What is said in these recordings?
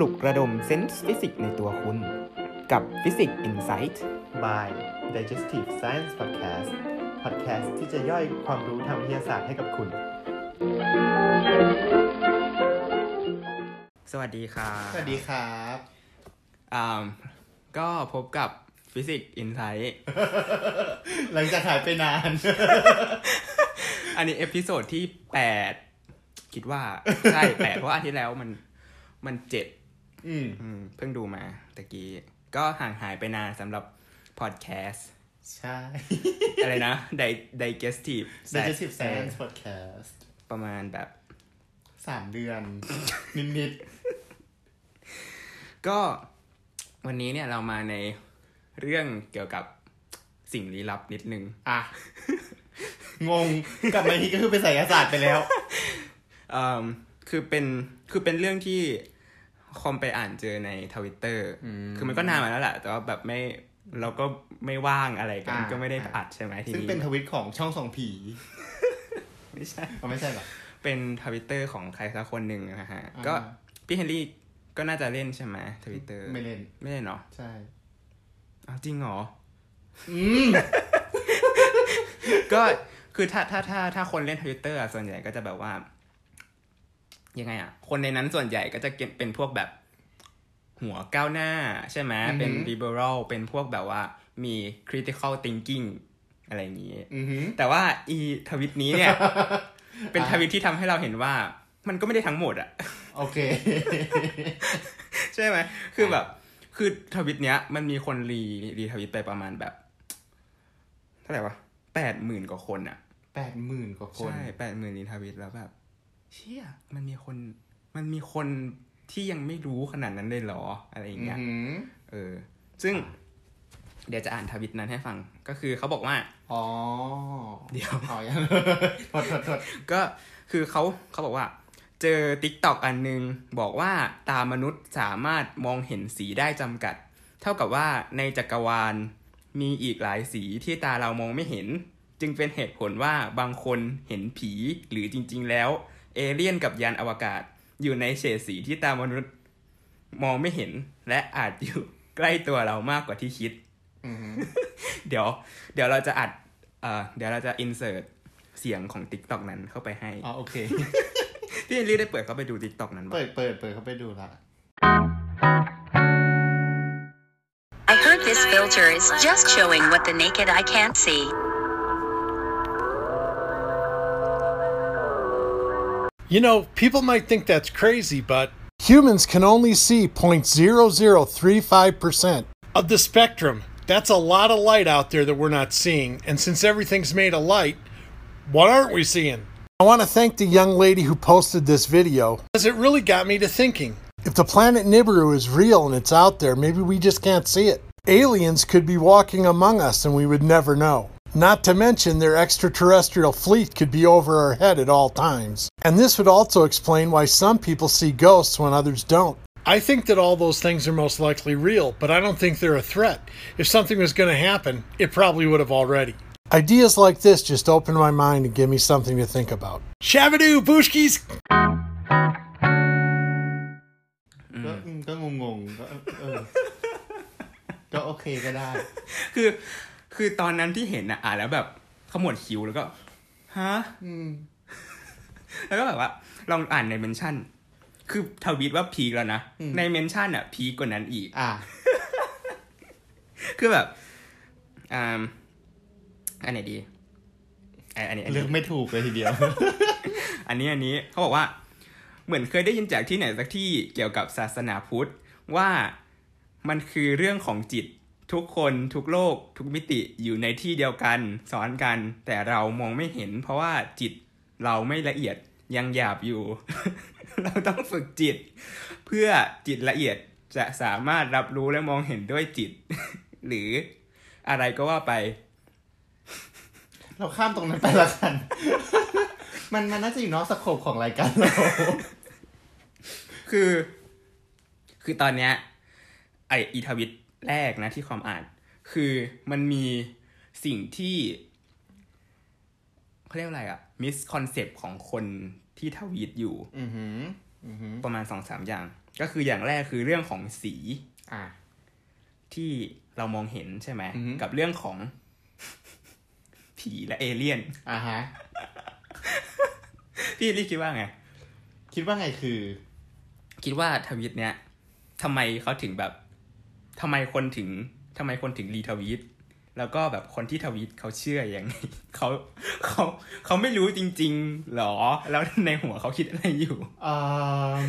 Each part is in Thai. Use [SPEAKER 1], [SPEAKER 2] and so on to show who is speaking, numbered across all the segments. [SPEAKER 1] ลุกระดมเซนส์ฟิสิกส์ในตัวคุณ กับ Physics Insight
[SPEAKER 2] by Digestive Science Podcast Podcast ที่จะย่อยความรู้ทางวิทยาศาสตร์ให้กับคุณ
[SPEAKER 1] สวัสดีค่ะ
[SPEAKER 2] สวัสดีครับ
[SPEAKER 1] อ่าก็พบกับ Physics Insight
[SPEAKER 2] หลังจากหายไปนาน
[SPEAKER 1] อันนี้เอพิโซดที่ 8 คิดว่า ใช่ 8 เพราะว่าอาทิตย์แล้วมันมันเจ็ด
[SPEAKER 2] อืม
[SPEAKER 1] อืมเพิ่งดูมาตะกี้ ก็ห่างหายไปนานสำหรับพอดแคสต์
[SPEAKER 2] ใช่
[SPEAKER 1] อะไรนะ Di- digestive Science
[SPEAKER 2] Digestive Science Podcast
[SPEAKER 1] ประมาณแบบ
[SPEAKER 2] สามเดือน นิด
[SPEAKER 1] ก็วันนี้เนี่ยเรามาในเรื่องเกี่ยวกับสิ่งลี้ลับนิดนึง
[SPEAKER 2] ๆ อ่ะ งง กลับมาทีก็คือไปใส่ศาสตร์ไป แล้ว
[SPEAKER 1] เอ่มคือเป็นคือเป็นเรื่องที่คอมไปอ่านเจอในทวิตเตอร์คือมันก็นานมาแล้วแหละแต่ว่าแบบไม่เราก็ไม่ว่างอะไรกัน
[SPEAKER 2] อ่า
[SPEAKER 1] ก็ไม่ได้อัดใช่ไหมที
[SPEAKER 2] ซึ่ง
[SPEAKER 1] นี้
[SPEAKER 2] เป็นทวิตของช่องสองผี
[SPEAKER 1] ไม่ใช่
[SPEAKER 2] เอาไม่ใช่เหรอ
[SPEAKER 1] เป็นทวิตเตอร์ของใครสักคนหนึ่งนะฮะ
[SPEAKER 2] อ่า
[SPEAKER 1] ก็พี่เฮนรี่ก็น่าจะเล่นใช่ไหมทวิตเตอร์
[SPEAKER 2] ไม่เล่น
[SPEAKER 1] ไม่เล่นเนาะ
[SPEAKER 2] ใช่
[SPEAKER 1] อ้าวจริงเหรอ
[SPEAKER 2] อืม
[SPEAKER 1] ก็คือถ้าถ้าถ้าถ้าคนเล่นทวิตเตอร์ส่วนใหญ่ก็จะแบบว่า ยังไงอ่ะ คนในนั้นส่วนใหญ่ก็จะเป็นพวกแบบหัวก้าวหน้า ใช่ไหม
[SPEAKER 2] อือหือ
[SPEAKER 1] เป็น liberal เป็นพวกแบบว่ามี critical thinking อะไรอย่างนี้
[SPEAKER 2] อือหือ
[SPEAKER 1] แต่ว่าอีทวิตนี้เนี่ย เป็น
[SPEAKER 2] อ่า
[SPEAKER 1] ทวิตที่ทำให้เราเห็นว่า มันก็ไม่ได้ทั้งหมดอ่ะ
[SPEAKER 2] โอเค
[SPEAKER 1] ใช่ไหม คือแบบ คือทวิตเนี้ย มันมีคนรีรีทวิตไปประมาณแบบ เท่าไหร่วะแปดหมื่นกว่าคนอ่ะ
[SPEAKER 2] แปดหมื่นกว่าคน
[SPEAKER 1] ใช่แปดหมื่นรีทวิตแล้วแบบ เชี่ย มันมีคน มันมีคนที่ยังไม่รู้ขนาดนั้นเลยเหรอ อะไรอย่างเงี้ย
[SPEAKER 2] อือหือ
[SPEAKER 1] เออ ซึ่ง เดี๋ยวจะอ่านทวิตนั้นให้ฟัง ก็คือเขาบอกว่า
[SPEAKER 2] อ๋อ
[SPEAKER 1] เดี๋ยว
[SPEAKER 2] อ๋อยัง ถดถดถด
[SPEAKER 1] ก็คือเขาเขาบอกว่า เจอ t ิ k t o k อันนึง บอกว่าตามนุษย์สามารถมองเห็นสีได้จำกัด เท่ากับว่าในจักรวาลมีอีกหลายสีที่ตาเรามองไม่เห็น จึงเป็นเหตุผลว่าบางคนเห็นผีหรือจริง ๆ แล้ว เอเลี่ยนกับยานอวกาศ อยู่ในเฉดสีที่ตามนุษย์มองไม่เห็น และอาจอยู่ ใกล้ตัวเรามากกว่าที่คิด
[SPEAKER 2] อือหือ
[SPEAKER 1] เดี๋ยว เดี๋ยวเราจะอัดเอ่อเดี๋ยวเราจะอินเสิร์ตเสียงของ t ิ k t o k นั้นเข้าไปให้
[SPEAKER 2] อ๋อโอเค
[SPEAKER 1] พี่เอลลี่ได้เปิดเข้าไปดูทิกตอกนั้นปะ
[SPEAKER 2] เปิดเปิดเปิดเข้าไปดูละ
[SPEAKER 3] I heard this filter is just showing what the naked eye can't see.
[SPEAKER 4] You know, people might think that's crazy, but humans can only see 0.0035% of the spectrum. That's a lot of light out there that we're not seeing. And since everything's made of light, what aren't we seeing? I want to thank the young lady who posted this video because it really got me to thinking. If the planet Nibiru is real and it's out there, maybe we just can't see it. Aliens could be walking among us and we would never know. Not to mention, their extraterrestrial fleet could be over our head at all times. And this would also explain why some people see ghosts when others don't. I think that all those things are most likely real, but I don't think they're a threat. If something was going to happen, it probably would have already. Ideas like this just open my mind and give me something to think about. Shabadoo, Bushkis!
[SPEAKER 2] ก็อืมก็งงงๆก็เอ อ ก็โอเคก็ได้
[SPEAKER 1] คือ คือตอนนั้นที่เห็นอ่ะอ่านแล้วแบบขมวดคิ้วแล้วก็ฮะแล้วก็แบบว่า ลองอ่านในเมนชั่น คือทวีตว่าพีกแล้วนะ ในเมนชั่นอ่ะ พีกกว่านั้นอีก
[SPEAKER 2] อ่ะ
[SPEAKER 1] คือแบบอ่าอันไหนดีอ่ะอันนี้อัน
[SPEAKER 2] เลื
[SPEAKER 1] นี้
[SPEAKER 2] อกไม่ถูกเลยทีเดียว
[SPEAKER 1] อันนี้อันนี้เขาบอกว่า เหมือนเคยได้ยินจากที่ไหนสักที่เกี่ยวกับศาสนาพุทธว่ามันคือเรื่องของจิตทุกคนทุกโลก ทุกมิติอยู่ในที่เดียวกันสอนกัน แต่เรามองไม่เห็น เพราะว่าจิตเราไม่ละเอียดยังหยาบอยู่ เราต้องฝึกจิต เพื่อจิตละเอียดจะสามารถรับรู้และมองเห็นด้วยจิต หรืออะไรก็ว่าไป
[SPEAKER 2] เราข้ามตรงนั้นไปละกัน มันมันน่าจะอยู่นอกสโคปของรายการเรา
[SPEAKER 1] คือ คือตอนเนี้ยไออีทวิตแรกนะที่ความอ่าน คือมันมีสิ่งที่เขาเรียกอะไรอะมิสคอนเซปต์ของคนที่ทวีตอยู่
[SPEAKER 2] อือหือ
[SPEAKER 1] ประมาณสองสามอย่าง ก็คืออย่างแรกคือเรื่องของสี
[SPEAKER 2] อ่ะ
[SPEAKER 1] ที่เรามองเห็นใช่ไหม
[SPEAKER 2] อือฮึ
[SPEAKER 1] กับเรื่อง ของ ผีและเอเลี่ยน
[SPEAKER 2] อ่ะฮะ
[SPEAKER 1] พี่ลี่คิดว่าไง
[SPEAKER 2] คิดว่าไงคือ
[SPEAKER 1] คิดว่าทวีตเนี้ยทำไมเขาถึงแบบทำไมคนถึงทำไมคนถึงรีทวีตแล้วก็แบบคนที่ทวีตเขาเชื่อยังไง เขาเขาเขาไม่รู้จริง ๆหรอ แล้วในหัวเขาคิดอะไรอยู่
[SPEAKER 2] อืม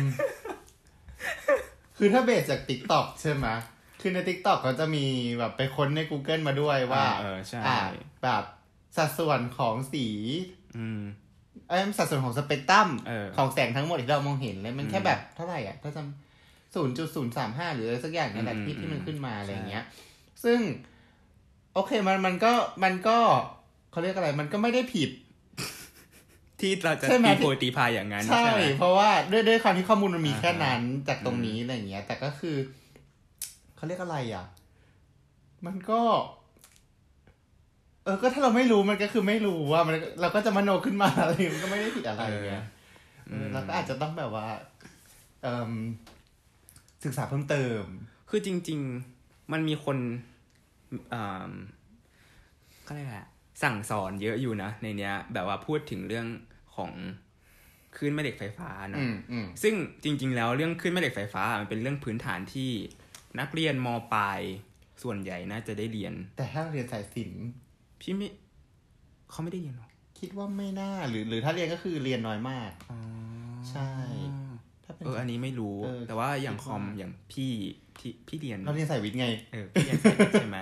[SPEAKER 2] คือถ้าเบสจาก t ิ k t o k ใช่ไหมคือใน t ิ k t o k เขาจะมีแบบไปค้นใน Google มาด้วยว่า
[SPEAKER 1] อ่าเออใช่
[SPEAKER 2] ะแบบสัดส่วนของสี
[SPEAKER 1] อืม
[SPEAKER 2] เอ้ยสัดส่วนของสเปกตรัม
[SPEAKER 1] เออ
[SPEAKER 2] ของแสงทั้งหมดที่เรามองเห็นเลยมันแค่
[SPEAKER 1] อืม
[SPEAKER 2] แบบเท่าไหร่อ่ะ ถ้าจำศูนย์จุดศูนย์สามห้าหรืออะไรสักอย่างเนี่ยแหละ
[SPEAKER 1] อืม
[SPEAKER 2] ที่ที่มันขึ้นมาอะไรอย่าง
[SPEAKER 1] ใช่
[SPEAKER 2] เงี้ย ซึ่ง โอเคมันมันก็มันก็เขาเรียกอะไร มันก็ไม่ได้ผิด
[SPEAKER 1] ที่เราจะ
[SPEAKER 2] ใช่ไหม
[SPEAKER 1] ตีโพยตีพายอย่างนั้น
[SPEAKER 2] ใช่
[SPEAKER 1] ใช่ไหม
[SPEAKER 2] เพราะว่าด้วยด้วยความที่ข้อมูลมันมี
[SPEAKER 1] อ่าฮะ
[SPEAKER 2] แค่นั้นจากตรงนี้อะไรอย่างเงี้ย แต่ก็คือเขาเรียกอะไรอ่ะ มันก็ เออ ก็ถ้าเราไม่รู้มันก็คือไม่รู้ว่ามันเราก็จะมโนขึ้นมา อะไรมันก็ไม่ได้ผิดอะไรเงี้ย
[SPEAKER 1] เออ
[SPEAKER 2] เออเราก็อาจจะต้องแบบว่า เอมศึกษาเพิ่มเติม
[SPEAKER 1] คือจริง ๆ มันมีคนอ่าก็เรียกอะไรอะสั่งสอนเยอะอยู่นะในเนี้ย แบบว่าพูดถึงเรื่องของคลื่นแม่เหล็กไฟฟ้าเนอะ
[SPEAKER 2] อืมอืม
[SPEAKER 1] ซึ่งจริงๆ แล้วเรื่องขึ้นแม่เหล็กไฟฟ้ามันเป็นเรื่องพื้นฐานที่นักเรียนมปลายส่วนใหญ่น่าจะได้เรียน
[SPEAKER 2] แต่ถ้าเราเรียนสายศิลป์
[SPEAKER 1] พี่ไม่เขาไม่ได้เรียนหรอ
[SPEAKER 2] คิดว่าไม่น่าหรือ หรือถ้าเรียนก็คือเรียนน้อยมาก
[SPEAKER 1] อ๋อ
[SPEAKER 2] ใช่ ถ้าเป็น
[SPEAKER 1] เอออันนี้ไม่รู้
[SPEAKER 2] เออ
[SPEAKER 1] แต่ว่าอย่างคอมอย่างพี่ที่พี่เรียน
[SPEAKER 2] เราเรียนสายวิทย์ไง
[SPEAKER 1] เออพี่เรียนสายวิทย์ใช่ไหม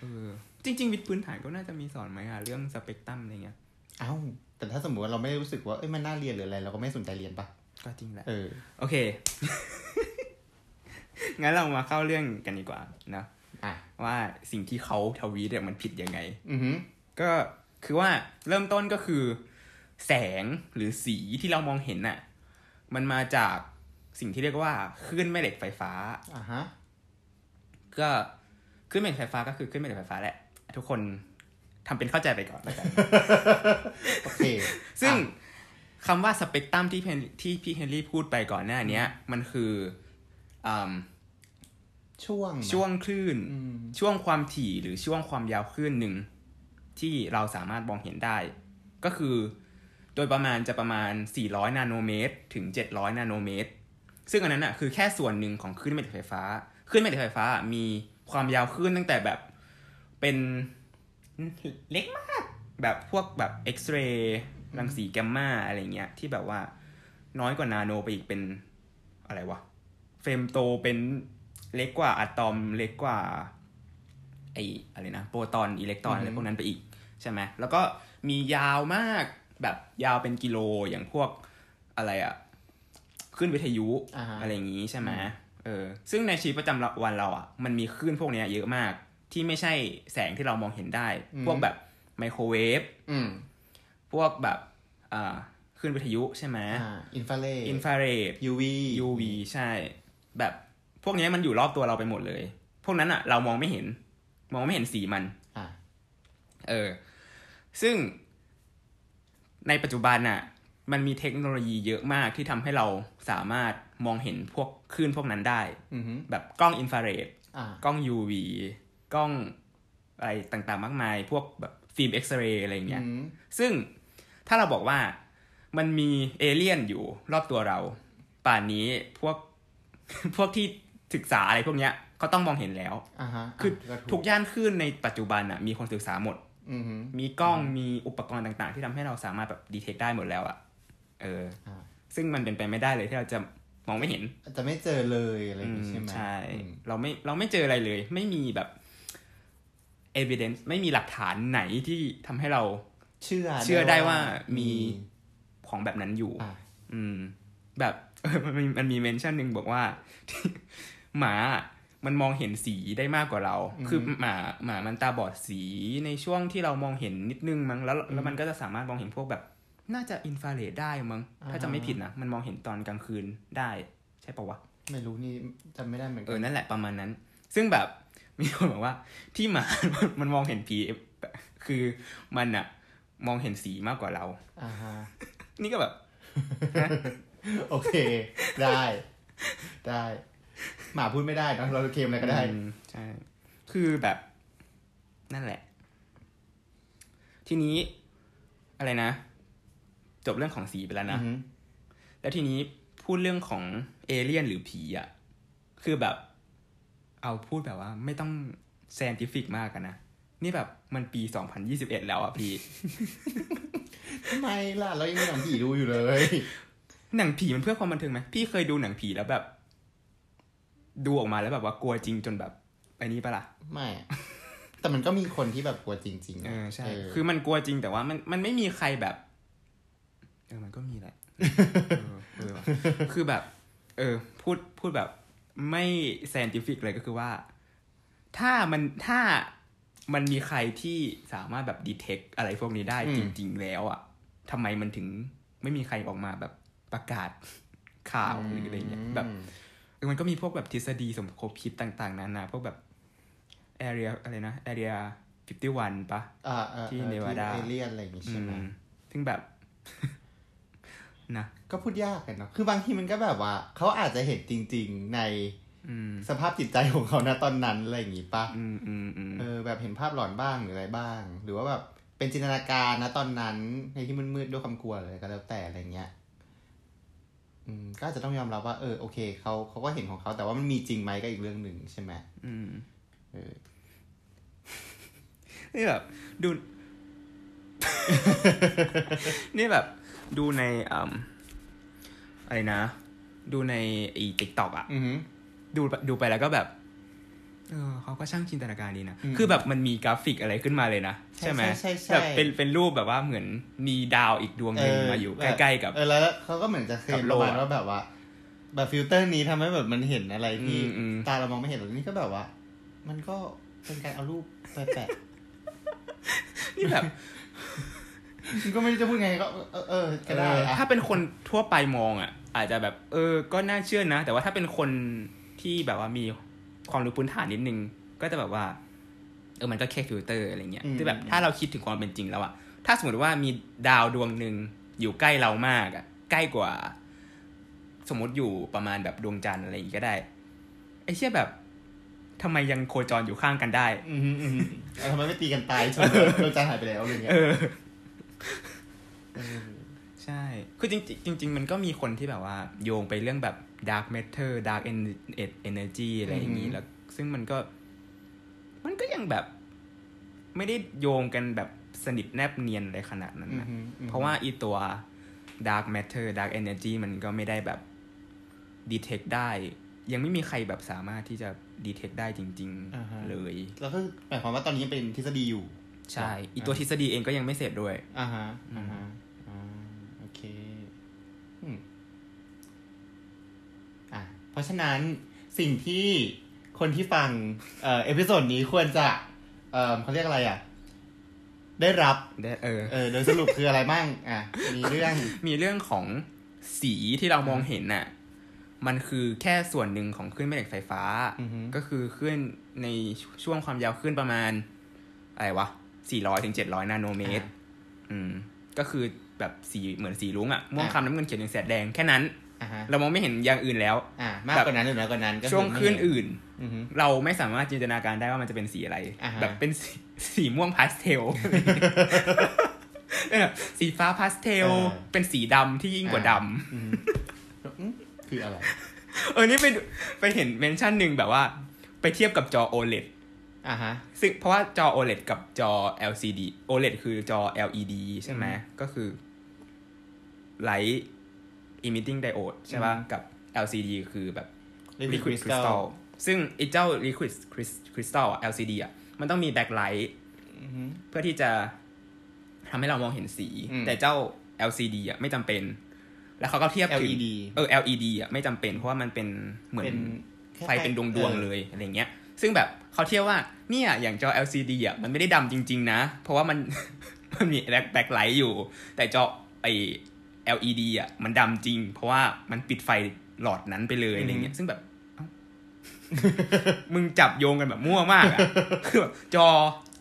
[SPEAKER 1] เออจริง ๆ วิทย์พื้นฐานก็น่าจะมีสอนไหมอะเรื่องสเปกตรัมอะไรเงี้ย
[SPEAKER 2] เอ้า แต่ถ้าสมมติว่าเราไม่ได้รู้สึกว่า เอ้ย มันน่าเรียนหรืออะไร เราก็ไม่สนใจเรียนปะ
[SPEAKER 1] ก็จริงแหละ
[SPEAKER 2] เออ
[SPEAKER 1] โอเค งั้นเรามาเข้าเรื่องกันดีกว่านะ
[SPEAKER 2] อ่ะ
[SPEAKER 1] ว่าสิ่งที่เขาทวีตเนี่ยมันผิดยังไง
[SPEAKER 2] อือหือ
[SPEAKER 1] ก็คือว่าเริ่มต้นก็คือแสงหรือสีที่เรามองเห็นน่ะมันมาจากสิ่งที่เรียกว่าคลื่นแม่เหล็กไฟฟ้า
[SPEAKER 2] อ่ะฮะ
[SPEAKER 1] ก็คลื่นแม่เหล็กไฟฟ้าก็คือคลื่นแม่เหล็กไฟฟ้าแหละ ทุกคนทำเป็นเข้าใจไปก่อนแล้ว กัน
[SPEAKER 2] โอเค
[SPEAKER 1] ซึ่ง
[SPEAKER 2] อ่ะ
[SPEAKER 1] คำว่าสเปกตรัมที่เพนที่พี่เฮนรี่พูดไปก่อนหน้าเนี้ย มันคืออ
[SPEAKER 2] ช่วง
[SPEAKER 1] ช่วงคลื่น
[SPEAKER 2] อืม
[SPEAKER 1] ช่วงความถี่หรือช่วงความยาวคลื่นหนึ่งที่เราสามารถมองเห็นได้ ก็คือโดยประมาณจะประมาณ 400 นาโนเมตร ถึง 700 นาโนเมตร ซึ่งอันนั้นอ่ะคือแค่ส่วนหนึ่งของคลื่นแม่เหล็กไฟฟ้าคลื่นแม่เหล็กไฟฟ้ามีความยาวคลื่นตั้งแต่แบบเป็นเล็กมาก แบบพวกแบบเอ็กซเรย์รังสีแกมมาอะไรเงี้ยที่แบบว่าน้อยกว่านาโนไปอีกเป็นอะไรวะเฟรมโตเป็นเล็กกว่าอะตอมเล็กกว่า ไออะไรนะโปรตอนอิเล็กตรอน
[SPEAKER 2] อืม
[SPEAKER 1] อะไรพวกนั้นไปอีกใช่ไหมแล้วก็มียาวมากแบบยาวเป็นกิโลอย่างพวกอะไรอะขึ้นวิทยุ
[SPEAKER 2] อ่าฮะ
[SPEAKER 1] อะไรอย่างนี้ใช่ไหมเออ ซึ่งในชีวิตประจำวันเราอ่ะ มันมีคลื่นพวกเนี้ยเยอะมาก ที่ไม่ใช่แสงที่เรามองเห็นได้
[SPEAKER 2] อืม
[SPEAKER 1] พวกแบบไมโครเวฟ
[SPEAKER 2] อืม
[SPEAKER 1] พวกแบบอ่าคลื่นวิทยุใช่ไหม
[SPEAKER 2] อ่า อินฟาเรด
[SPEAKER 1] อินฟราเรด
[SPEAKER 2] UV
[SPEAKER 1] UV ใช่ แบบพวกเนี้ยมันอยู่รอบตัวเราไปหมดเลย พวกนั้นอ่ะ เรามองไม่เห็น มองไม่เห็นสีมัน
[SPEAKER 2] อ่ะ
[SPEAKER 1] เออ ซึ่งในปัจจุบันน่ะ มันมีเทคโนโลยีเยอะมากที่ทำให้เราสามารถมองเห็นพวกคลื่นพวกนั้นได้
[SPEAKER 2] อือหือ
[SPEAKER 1] แบบกล้องอินฟราเรด
[SPEAKER 2] อ่ะ
[SPEAKER 1] กล้อง UV กล้องอะไรต่างๆ มากมาย พวกแบบฟิล์มเอ็กซเรย์อะไรอย่างเงี้ย
[SPEAKER 2] อืม
[SPEAKER 1] ซึ่งถ้าเราบอกว่ามันมีเอเลี่ยนอยู่รอบตัวเรา ป่านนี้พวก พวกที่ศึกษาอะไรพวกเนี้ยเขาต้องมองเห็นแล้ว
[SPEAKER 2] อ่ะฮะะ
[SPEAKER 1] คือทุก
[SPEAKER 2] ถู
[SPEAKER 1] ย่านคลื่นในปัจจุบันอ่ะมีคนศึกษาหมด
[SPEAKER 2] อือหือ
[SPEAKER 1] มีกล้องมีอุปกรณ์ต่างๆ ที่ทำให้เราสามารถแบบดีเทคได้หมดแล้วอะเออ
[SPEAKER 2] อ่า
[SPEAKER 1] ซึ่งมันเป็นไปไม่ได้เลยที่เราจะมองไม่เห็น
[SPEAKER 2] อาจจะไม่เจอเลยอะไรอย่างงี้
[SPEAKER 1] อืม
[SPEAKER 2] ใช่ไหม
[SPEAKER 1] ใช่
[SPEAKER 2] อืม
[SPEAKER 1] เราไม่เราไม่เจออะไรเลย ไม่มีแบบ evidence ไม่มีหลักฐานไหนที่ทำให้เรา
[SPEAKER 2] เชื่อ
[SPEAKER 1] เชื่อได้ว่ามี ของแบบนั้นอยู่
[SPEAKER 2] อ่ะ
[SPEAKER 1] อืม แบบ มันมีมันมีเมนชั่นหนึ่งบอกว่า หมามันมองเห็นสีได้มากกว่าเรา คือหมาหมามันตาบอดสีในช่วงที่เรามองเห็นนิดนึงมั้งแล้วแล้วมันก็จะสามารถมองเห็นพวกแบบ น่าจะอินฟราเรดได้มั้งถ้าจะไม่ผิดนะมันมองเห็นตอนกลางคืนได้ ใช่ปะวะ
[SPEAKER 2] ไม่รู้นี่จำไม่ได้เหมือน
[SPEAKER 1] เอ
[SPEAKER 2] กั
[SPEAKER 1] อน นั่นแหละประมาณนั้น ซึ่งแบบ มีคนบอกว่าที่หมา มันมองเห็นผีคือมันอะมองเห็นสีมากกว่าเรา
[SPEAKER 2] อ่าฮะ
[SPEAKER 1] นี่ก็แบบ
[SPEAKER 2] โอเค ได้ ได้ หมาพูดไม่ได้นะเราเกมอะไรก็ได้
[SPEAKER 1] อืมใช่ คือแบบนั่นแหละ ทีนี้อะไรนะ จบเรื่องของสีไปแล้วนะ
[SPEAKER 2] อือฮึ
[SPEAKER 1] แล้วทีนี้พูดเรื่องของเอเลี่ยนหรือผีอะ่ะ คือแบบ เอาพูดแบบว่า ไม่ต้องแซนติฟิกมากอะนะ นี่แบบมันปี 2021 แล้วอะพี่
[SPEAKER 2] ทำไมล่ะ เรายังมีหนังผีดูอยู่เลย
[SPEAKER 1] หนังผีมันเพื่อความบันเทิงไหมพี่เคยดูหนังผีแล้วแบบ ดูออกมาแล้วแบบว่ากลัวจริงจนแบบไอ้นี้ปะล่ะ
[SPEAKER 2] ไม่อะแต่มันก็มีคนที่แบบกลัวจริงๆ
[SPEAKER 1] เอ
[SPEAKER 2] อะ
[SPEAKER 1] อใช่
[SPEAKER 2] เออ
[SPEAKER 1] คือมันกลัวจริงแต่ว่ามันมันไม่มีใครแบบเออมันก็มีแหละ เออเออว่ะคือแบบ เออ พูดพูดแบบไม่แซนติฟิกเลยก็คือว่า ถ้ามันถ้ามันมีใครที่สามารถแบบดีเทคอะไรพวกนี้ได้จริง ๆ แล้วอ่ะทำไมมันถึงไม่มีใครออกมาแบบประกาศข่าวหรืออะไรเงี้ยแบบ เออมันก็มีพวกแบบทฤษฎีสมคบคิดต่าง ๆ นานาพวกแบบ area อะไรนะ area 51ปะ
[SPEAKER 2] อ่าอ่า
[SPEAKER 1] ที่เนวาดา
[SPEAKER 2] เอเลียนอะไรอย่างงี้ใช่ไหม
[SPEAKER 1] อืมซึ่งแบบ นะ
[SPEAKER 2] ก็พูดยากกันเนาะ คือบางทีมันก็แบบว่า เขาอาจจะเห็นจริง ๆ ใน
[SPEAKER 1] อืม
[SPEAKER 2] สภาพจิตใจของเขานะตอนนั้นอะไรอย่างงี้ปะ
[SPEAKER 1] อืมอืมอืม
[SPEAKER 2] เออแบบเห็นภาพหลอนบ้างหรืออะไรบ้าง หรือว่าแบบเป็นจินตนาการนะตอนนั้นในที่มืดๆด้วยความกลัวหรืออะไรก็แล้วแต่อะไรเงี้ย อืมก็อาจจะต้องยอมรับว่าเออโอเคเขาเขาก็เห็นของเขาแต่ว่ามันมีจริงไหมก็อีกเรื่องหนึ่งใช่ไหม
[SPEAKER 1] อืม
[SPEAKER 2] เออ
[SPEAKER 1] นี่แบบ ดู นี่แบบ ดูในอืมอะไรนะ ดูในไอ้ TikTok อ่ะ
[SPEAKER 2] อือหือ
[SPEAKER 1] ดูดูไปแล้วก็แบบ เออเขาก็ช่างจินตนาการดีนะ
[SPEAKER 2] อืม
[SPEAKER 1] คือแบบมันมีกราฟิกอะไรขึ้นมาเลยนะ
[SPEAKER 2] ใช่
[SPEAKER 1] ใช่ไหม
[SPEAKER 2] ใช่ใช่ใช่
[SPEAKER 1] แบบเป็นเป็นรูปแบบว่าเหมือนมีดาวอีกดวงหนึ่งมาอยู่
[SPEAKER 2] แบบ
[SPEAKER 1] ใกล้ๆกับ
[SPEAKER 2] เออแล้วเขาก็เหมือนจะเคล
[SPEAKER 1] กับ
[SPEAKER 2] มป
[SPEAKER 1] โล
[SPEAKER 2] ระ
[SPEAKER 1] ก
[SPEAKER 2] มาณว่าแบบว่า แบบฟิลเตอร์นี้ทำให้แบบมันเห็นอะไรที่
[SPEAKER 1] อืมอืม
[SPEAKER 2] ตาเรามองไม่เห็นหรอกนี่ก็แบบว่า มันก็เป็นการเอารูปไปแปะ
[SPEAKER 1] นี่แบบ
[SPEAKER 2] มัน ก็ไม่รู้จะพูดไงก็เออเออก็ได้
[SPEAKER 1] เออ
[SPEAKER 2] อะ
[SPEAKER 1] ถ้าเป็นคนทั่วไปมองอ่ะ อาจจะแบบ เออ ก็น่าเชื่อนะ แต่ว่าถ้าเป็นคนที่แบบว่ามีความรู้พื้นฐานนิดนึง ก็จะแบบว่า เออมันก็แค่ฟิลเตอร์อะไรเงี้ยที่แบบถ้าเราคิดถึงความเป็นจริงแล้วอ่ะ ถ้าสมมติว่ามีดาวดวงหนึ่งอยู่ใกล้เรามากอ่ะ ใกล้กว่า สมมติอยู่ประมาณแบบดวงจันทร์อะไรอย่างงี้ก็ได้ไอ้เชี่ยแบบทำไมยังโคจรอยู่ข้างกันได้
[SPEAKER 2] อืมอืมเออทำไมไม่ตีกันตายจนเราจะหายไปแล้วอะไรเงี้ย
[SPEAKER 1] เออ ใช่ คือจริงจริงจริง ๆ มันก็มีคนที่แบบว่า โยงไปเรื่องแบบ dark matter dark en- energy อะไรอย่างนี้ แล้ว ซึ่งมันก็ มันก็ยังแบบ ไม่ได้โยงกันแบบสนิทแนบเนียนอะไรขนาดนั้น
[SPEAKER 2] อืม
[SPEAKER 1] นะ
[SPEAKER 2] อืมอืม
[SPEAKER 1] เพราะว่าอีตัว dark matter dark energy มันก็ไม่ได้แบบ detect ได้ ยังไม่มีใครแบบสามารถที่จะ detect ได้จริง
[SPEAKER 2] อ่าฮะ
[SPEAKER 1] ๆ เลย
[SPEAKER 2] แล้วก็หมายความว่าตอนนี้เป็นทฤษฎีอยู่
[SPEAKER 1] ใช่ อีตัวทฤษฎีเองก็ยังไม่เสร็จด้วย
[SPEAKER 2] อ่าฮะอ่าฮะอ่าโอเคอืมอ่ะเพราะฉะนั้นสิ่งที่คนที่ฟังเอ่อเอพิโซดนี้ควรจะ เอ่อเขาเรียกอะไรอ่ะ ได้รับ
[SPEAKER 1] ได้เออ
[SPEAKER 2] เออโดยสรุปคืออะไรบ้างอ่ะมีเรื่อง
[SPEAKER 1] มีเรื่องของสีที่เรามองเห็นน่ะ มันคือแค่ส่วนหนึ่งของคลื่นแม่เหล็กไฟฟ้า
[SPEAKER 2] อือฮึ
[SPEAKER 1] ก็คือคลื่นในช่วงความยาวคลื่นประมาณ อะไรวะ 400ถึง700 นาโนเมตร อืม ก็คือแบบสีเหมือนสีรุ้งอะม่วงคำน้ำเงินเขียวเหลืองแสดแดงแค่นั้น
[SPEAKER 2] อ่ะฮะ
[SPEAKER 1] เรามองไม่เห็นอย่างอื่นแล้ว
[SPEAKER 2] อ่ะมากกว่านั้นหรือน้อยกว่านั้นก็
[SPEAKER 1] ช่วงคลื่นอื่น
[SPEAKER 2] อือฮึ
[SPEAKER 1] เราไม่สามารถจินตนาการได้ว่ามันจะเป็นสีอะไร
[SPEAKER 2] อ่าฮะ
[SPEAKER 1] แบบเป็นสี สีม่วงพาสเทล เออสีฟ้าพาสเทล เป็นสีดำที่ยิ่งกว่าดำ
[SPEAKER 2] อือฮึอืมคืออะไร
[SPEAKER 1] เออ นี่ไปดูไปเห็นเมนชั่นหนึ่งแบบว่า ไปเทียบกับจอ OLED
[SPEAKER 2] อ่ะฮะ
[SPEAKER 1] ซึ่งเพราะว่าจอ OLED กับจอ LCD OLED คือจอ LED ใช่ไหมก็คือ Light Emitting Diode ใช่ป่ะ
[SPEAKER 2] อืม
[SPEAKER 1] กับ LCD คือแบบ
[SPEAKER 2] Liquid
[SPEAKER 1] Liquid
[SPEAKER 2] Crystal
[SPEAKER 1] Crystal ซึ่งไอ้เจ้า Liquid Crys- Crystal อะ LCD อ่ะ มันต้องมี backlight
[SPEAKER 2] อือฮึ
[SPEAKER 1] เพื่อที่จะทำให้เรามองเห็นสี
[SPEAKER 2] อืม
[SPEAKER 1] แต่เจ้า LCD อ่ะไม่จำเป็น แล้วเขาก็เทียบถึง
[SPEAKER 2] LED
[SPEAKER 1] เออ LED อ่ะไม่จำเป็น เพราะว่ามันเป็นเหมือน
[SPEAKER 2] เป็น
[SPEAKER 1] ไฟเป็นดวงดวงๆเลยอะไรเงี้ย ซึ่งแบบเขาเทียบว่าเนี่ยอย่างจอ LCD อ่ะมันไม่ได้ดำจริง ๆ นะ เพราะว่ามัน มันมีแบ็คไลท์อยู่ แต่จอไอ LED อ่ะมันดำจริง เพราะว่ามันปิดไฟหลอดนั้นไปเลยอะไรเงี้ย ซึ่งแบบเอ้า มึงจับโยงกันแบบมั่วมากอ่ะ คือแบบจอ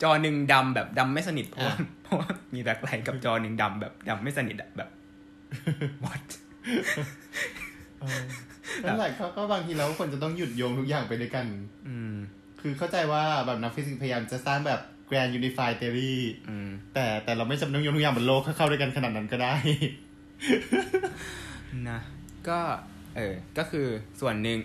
[SPEAKER 1] จอหนึ่งดำแบบดำไม่สนิทเพราะว่า
[SPEAKER 2] อ่ะ
[SPEAKER 1] เพราะว่ามีแบ็คไลท์กับจอห นึ่งดำแบบดำไม่สนิทอ่ะแบบ what
[SPEAKER 2] นั่นแหละเขาก็บางทีเราก็ควรจะต้องหยุดโยงทุกอย่างไปด้วยกัน
[SPEAKER 1] อืม
[SPEAKER 2] คือเข้าใจว่าแบบนักฟิสิกส์พยายามจะสร้างแบบ grand unified theory
[SPEAKER 1] อืม
[SPEAKER 2] แต่แต่เราไม่จำเป็นต้องโยงทุกอย่างบนโลกให้เข้าด้วยกันขนาดนั้นก็ได้
[SPEAKER 1] นะก็เออก็คือส่วนหนึ่ง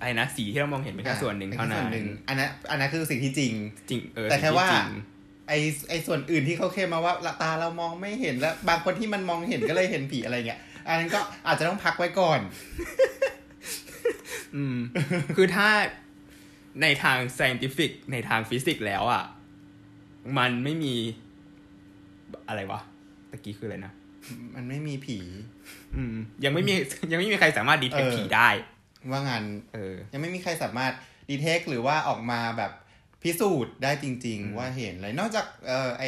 [SPEAKER 1] ไอ้นะสีที่เรามองเห็นเป็นแค่ส่วนหนึ่งเท่านั้
[SPEAKER 2] ส่วน หงอันนั้นอันนั้นคือสิ่งที่จริง
[SPEAKER 1] จริงเออ
[SPEAKER 2] แต่แค่ว่า
[SPEAKER 1] สิ่งที่จริง
[SPEAKER 2] ไอไอส่วนอื่นที่เขาเคลมมาว่าตาเรามองไม่เห็นแล้ว บางคนที่มันมองเห็นก็เลยเห็นผีอะไรเงี้ยอันนั้นก็อาจจะต้องพักไว้ก่อน
[SPEAKER 1] อืม คือถ้าในทาง scientific ในทางฟิสิกส์แล้วอ่ะ มันไม่มีอะไรวะตะกี้คืออะไรนะ
[SPEAKER 2] มันไม่มีผี
[SPEAKER 1] อืม ยังไม่มี ยังไม่มีใครสามารถดีเทค
[SPEAKER 2] เออ
[SPEAKER 1] ผีได้
[SPEAKER 2] ว่างาน
[SPEAKER 1] เออ
[SPEAKER 2] ยังไม่มีใครสามารถดีเทคหรือว่าออกมาแบบพิสูจน์ได้จริง ๆ ว่าเห็นอะไรนอกจากเออไอ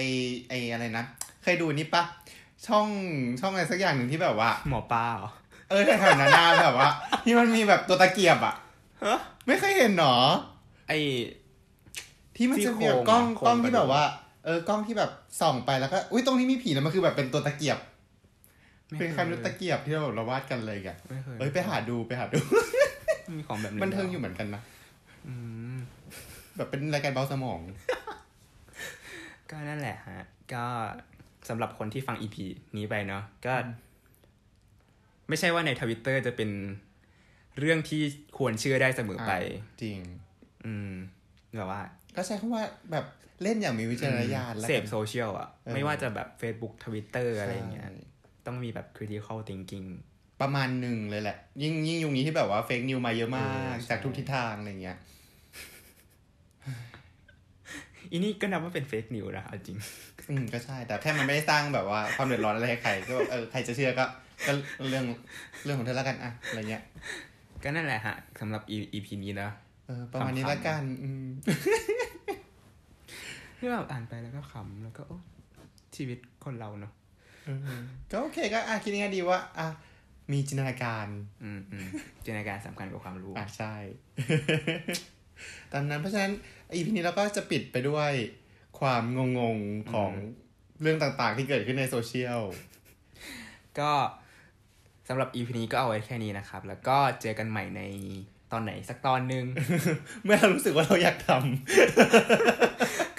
[SPEAKER 2] ไออะไรนะเคยดูนี่ปะช่องช่องอะไรสักอย่างหนึ่งที่แบบว่า
[SPEAKER 1] หมอปลาเหรอ
[SPEAKER 2] เออแถวๆนั้นนะแบบว่า ที่มันมีแบบตัวตะเกียบอะ
[SPEAKER 1] ฮะ
[SPEAKER 2] ไม่เคยเห็นหนอ
[SPEAKER 1] ไอ
[SPEAKER 2] ที่มันจะมี
[SPEAKER 1] ซี่โครง
[SPEAKER 2] กล้อง
[SPEAKER 1] อะโครง
[SPEAKER 2] กล้องที่
[SPEAKER 1] กระดูก
[SPEAKER 2] แบบว่า เออกล้องที่แบบส่องไปแล้วก็อุ้ยตรงนี้มีผีนะมันคือแบบเป็นตัวตะเกียบ เป็นคำนี้ตะเกียบที่เราเราวาดกันเลยอะ
[SPEAKER 1] ไม่เคย
[SPEAKER 2] เอ้ยไปหาดูไปหาดู
[SPEAKER 1] มีของแบบนี้
[SPEAKER 2] มันเทิงอยู่เหมือนกันนะแบบเป็นรายการเบาสมอง
[SPEAKER 1] ก็นั่นแหละฮะ ก็สำหรับคนที่ฟังอีพีนี้ไปเนาะก็ ไม่ใช่ว่าในทวิตเตอร์จะเป็นเรื่องที่ควรเชื่อได้เสมอไป
[SPEAKER 2] จริง
[SPEAKER 1] อืมแบบว่า
[SPEAKER 2] ก็ใช้คำว่าแบบเล่นอย่างมีวิจารณญาณแล้ว
[SPEAKER 1] เส
[SPEAKER 2] กั
[SPEAKER 1] พ
[SPEAKER 2] น
[SPEAKER 1] โซเชียลอะ
[SPEAKER 2] เออ
[SPEAKER 1] ไม่ว่าจะแบบ Facebook Twitter อะไรอย่างเงี้ย
[SPEAKER 2] ใช่
[SPEAKER 1] ต้องมีแบบ critical thinking
[SPEAKER 2] ประมาณหนึ่งเลยแหละ ยิ่งยิ่งยุคนี้ที่แบบว่าเฟกนิวมาเยอะมาก
[SPEAKER 1] เออใช่
[SPEAKER 2] จากทุกทิศทางอะไรเงี้ย
[SPEAKER 1] อีนี่ก็นับว่าเป็น fake news นะเอาจริง
[SPEAKER 2] อืมก็ใช่ แต่แค่มันไม่ได้สร้างแบบว่าความเดือดร้อนอะไรให้ใคร ก็แบบเออใครจะเชื่อก็ก็เรื่องเรื่องของเธอแล้วกันอะอะไรเงี้ย
[SPEAKER 1] ก็นั่นแหละฮะสำหรับ E- EP นี้นะ
[SPEAKER 2] เออประมาณนี้
[SPEAKER 1] ขำๆ
[SPEAKER 2] ละกันอืม
[SPEAKER 1] ที่แบบอ่านไปแล้วก็ขำแล้วก็โอ้ชีวิตคนเราเนาะ
[SPEAKER 2] ก็โอเคก็อ่ะคิดง่ายๆดีว่าอ่ะมีจินตนาการ
[SPEAKER 1] อืมอืมจินตนาการสำคัญกว่าความรู้
[SPEAKER 2] อ่ะใช่ ตามนั้นเพราะฉะนั้นอีพีนี้เราก็จะปิดไปด้วยความงงๆของเรื่องต่างๆ ที่เกิดขึ้นในโซเชียล
[SPEAKER 1] ก็สำหรับ EP นี้ก็เอาไว้แค่นี้นะครับ แล้วก็เจอกันใหม่ในตอนไหนสักตอนหนึง
[SPEAKER 2] เมื่อเรารู้สึกว่าเราอยากท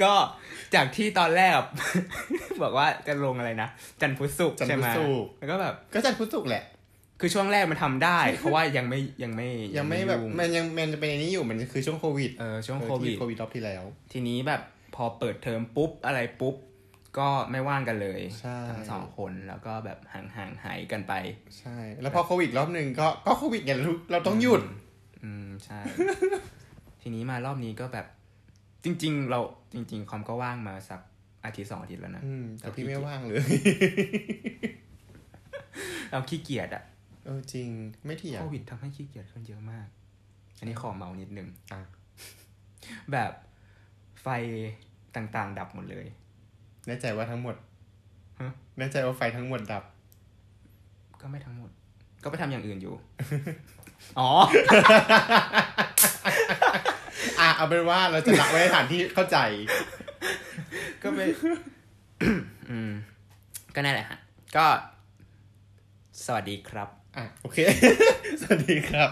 [SPEAKER 1] ก็จากที่ตอนแรก บอกว่าจะลงอะไรนะ จันทร์พุธศุกร์
[SPEAKER 2] ำจันท
[SPEAKER 1] ใช่
[SPEAKER 2] ร์
[SPEAKER 1] ไห
[SPEAKER 2] พุ
[SPEAKER 1] ม
[SPEAKER 2] ธสุกร์
[SPEAKER 1] แล้วก็แบบ
[SPEAKER 2] ก็จันทร์พุธสุกร์แหละ
[SPEAKER 1] คือช่วงแรกมันทำได้ เพราะว่ายังไม่ยังไม่
[SPEAKER 2] ยังไม่แบบ
[SPEAKER 1] ยุ่
[SPEAKER 2] มันยังมันจะเป็นอันนี้อยู่มันคือช่วงโควิด
[SPEAKER 1] เออช่วง
[SPEAKER 2] เออ
[SPEAKER 1] โควิ
[SPEAKER 2] ที่
[SPEAKER 1] ด
[SPEAKER 2] โควิดรอบที่แล้ว
[SPEAKER 1] ทีนี้แบบพอเปิดเทอมปุ๊บอะไรปุ๊บ ก็ไม่ว่างกันเลย
[SPEAKER 2] ใช่
[SPEAKER 1] ทั้งสองคนแล้วก็แบบห่างห่างๆหายกันไป
[SPEAKER 2] ใช่ แล้วพอโควิดรอบหนึ่งก็ก็โควิดไงเราเราต้องหยุด
[SPEAKER 1] อืมใช่ ทีนี้มารอบนี้ก็แบบ จริง ๆ เราจริง ๆ ความก็ว่างมาสักอาทิตย์สองอาทิตย์แล้วนะ
[SPEAKER 2] อืมแต่พี่ไม่ว่างเลย
[SPEAKER 1] เราขี้เกียจอะ
[SPEAKER 2] เออจริงไม่เถียง
[SPEAKER 1] โควิดทำให้ขี้เกียจขึ้นเยอะมาก อันนี้ขอเมานิดนึง
[SPEAKER 2] อ่ะ
[SPEAKER 1] แบบไฟต่างๆ ดับหมดเลย
[SPEAKER 2] แน่ใจว่าทั้งหมด
[SPEAKER 1] ฮะ
[SPEAKER 2] แน่ใจว่าไฟทั้งหมดดับ
[SPEAKER 1] ก็ไม่ทั้งหมด ก็ไปทำอย่างอื่นอยู่ อ๋อ
[SPEAKER 2] อ่ะเอาเป็นว่าเราจะละไว้ในฐานที่เข้าใจ
[SPEAKER 1] ก็ไป อืม ก็นั่นแหละฮะ ก็ สวัสดีครับ
[SPEAKER 2] อ่ะ โอเค สวัสดีครับ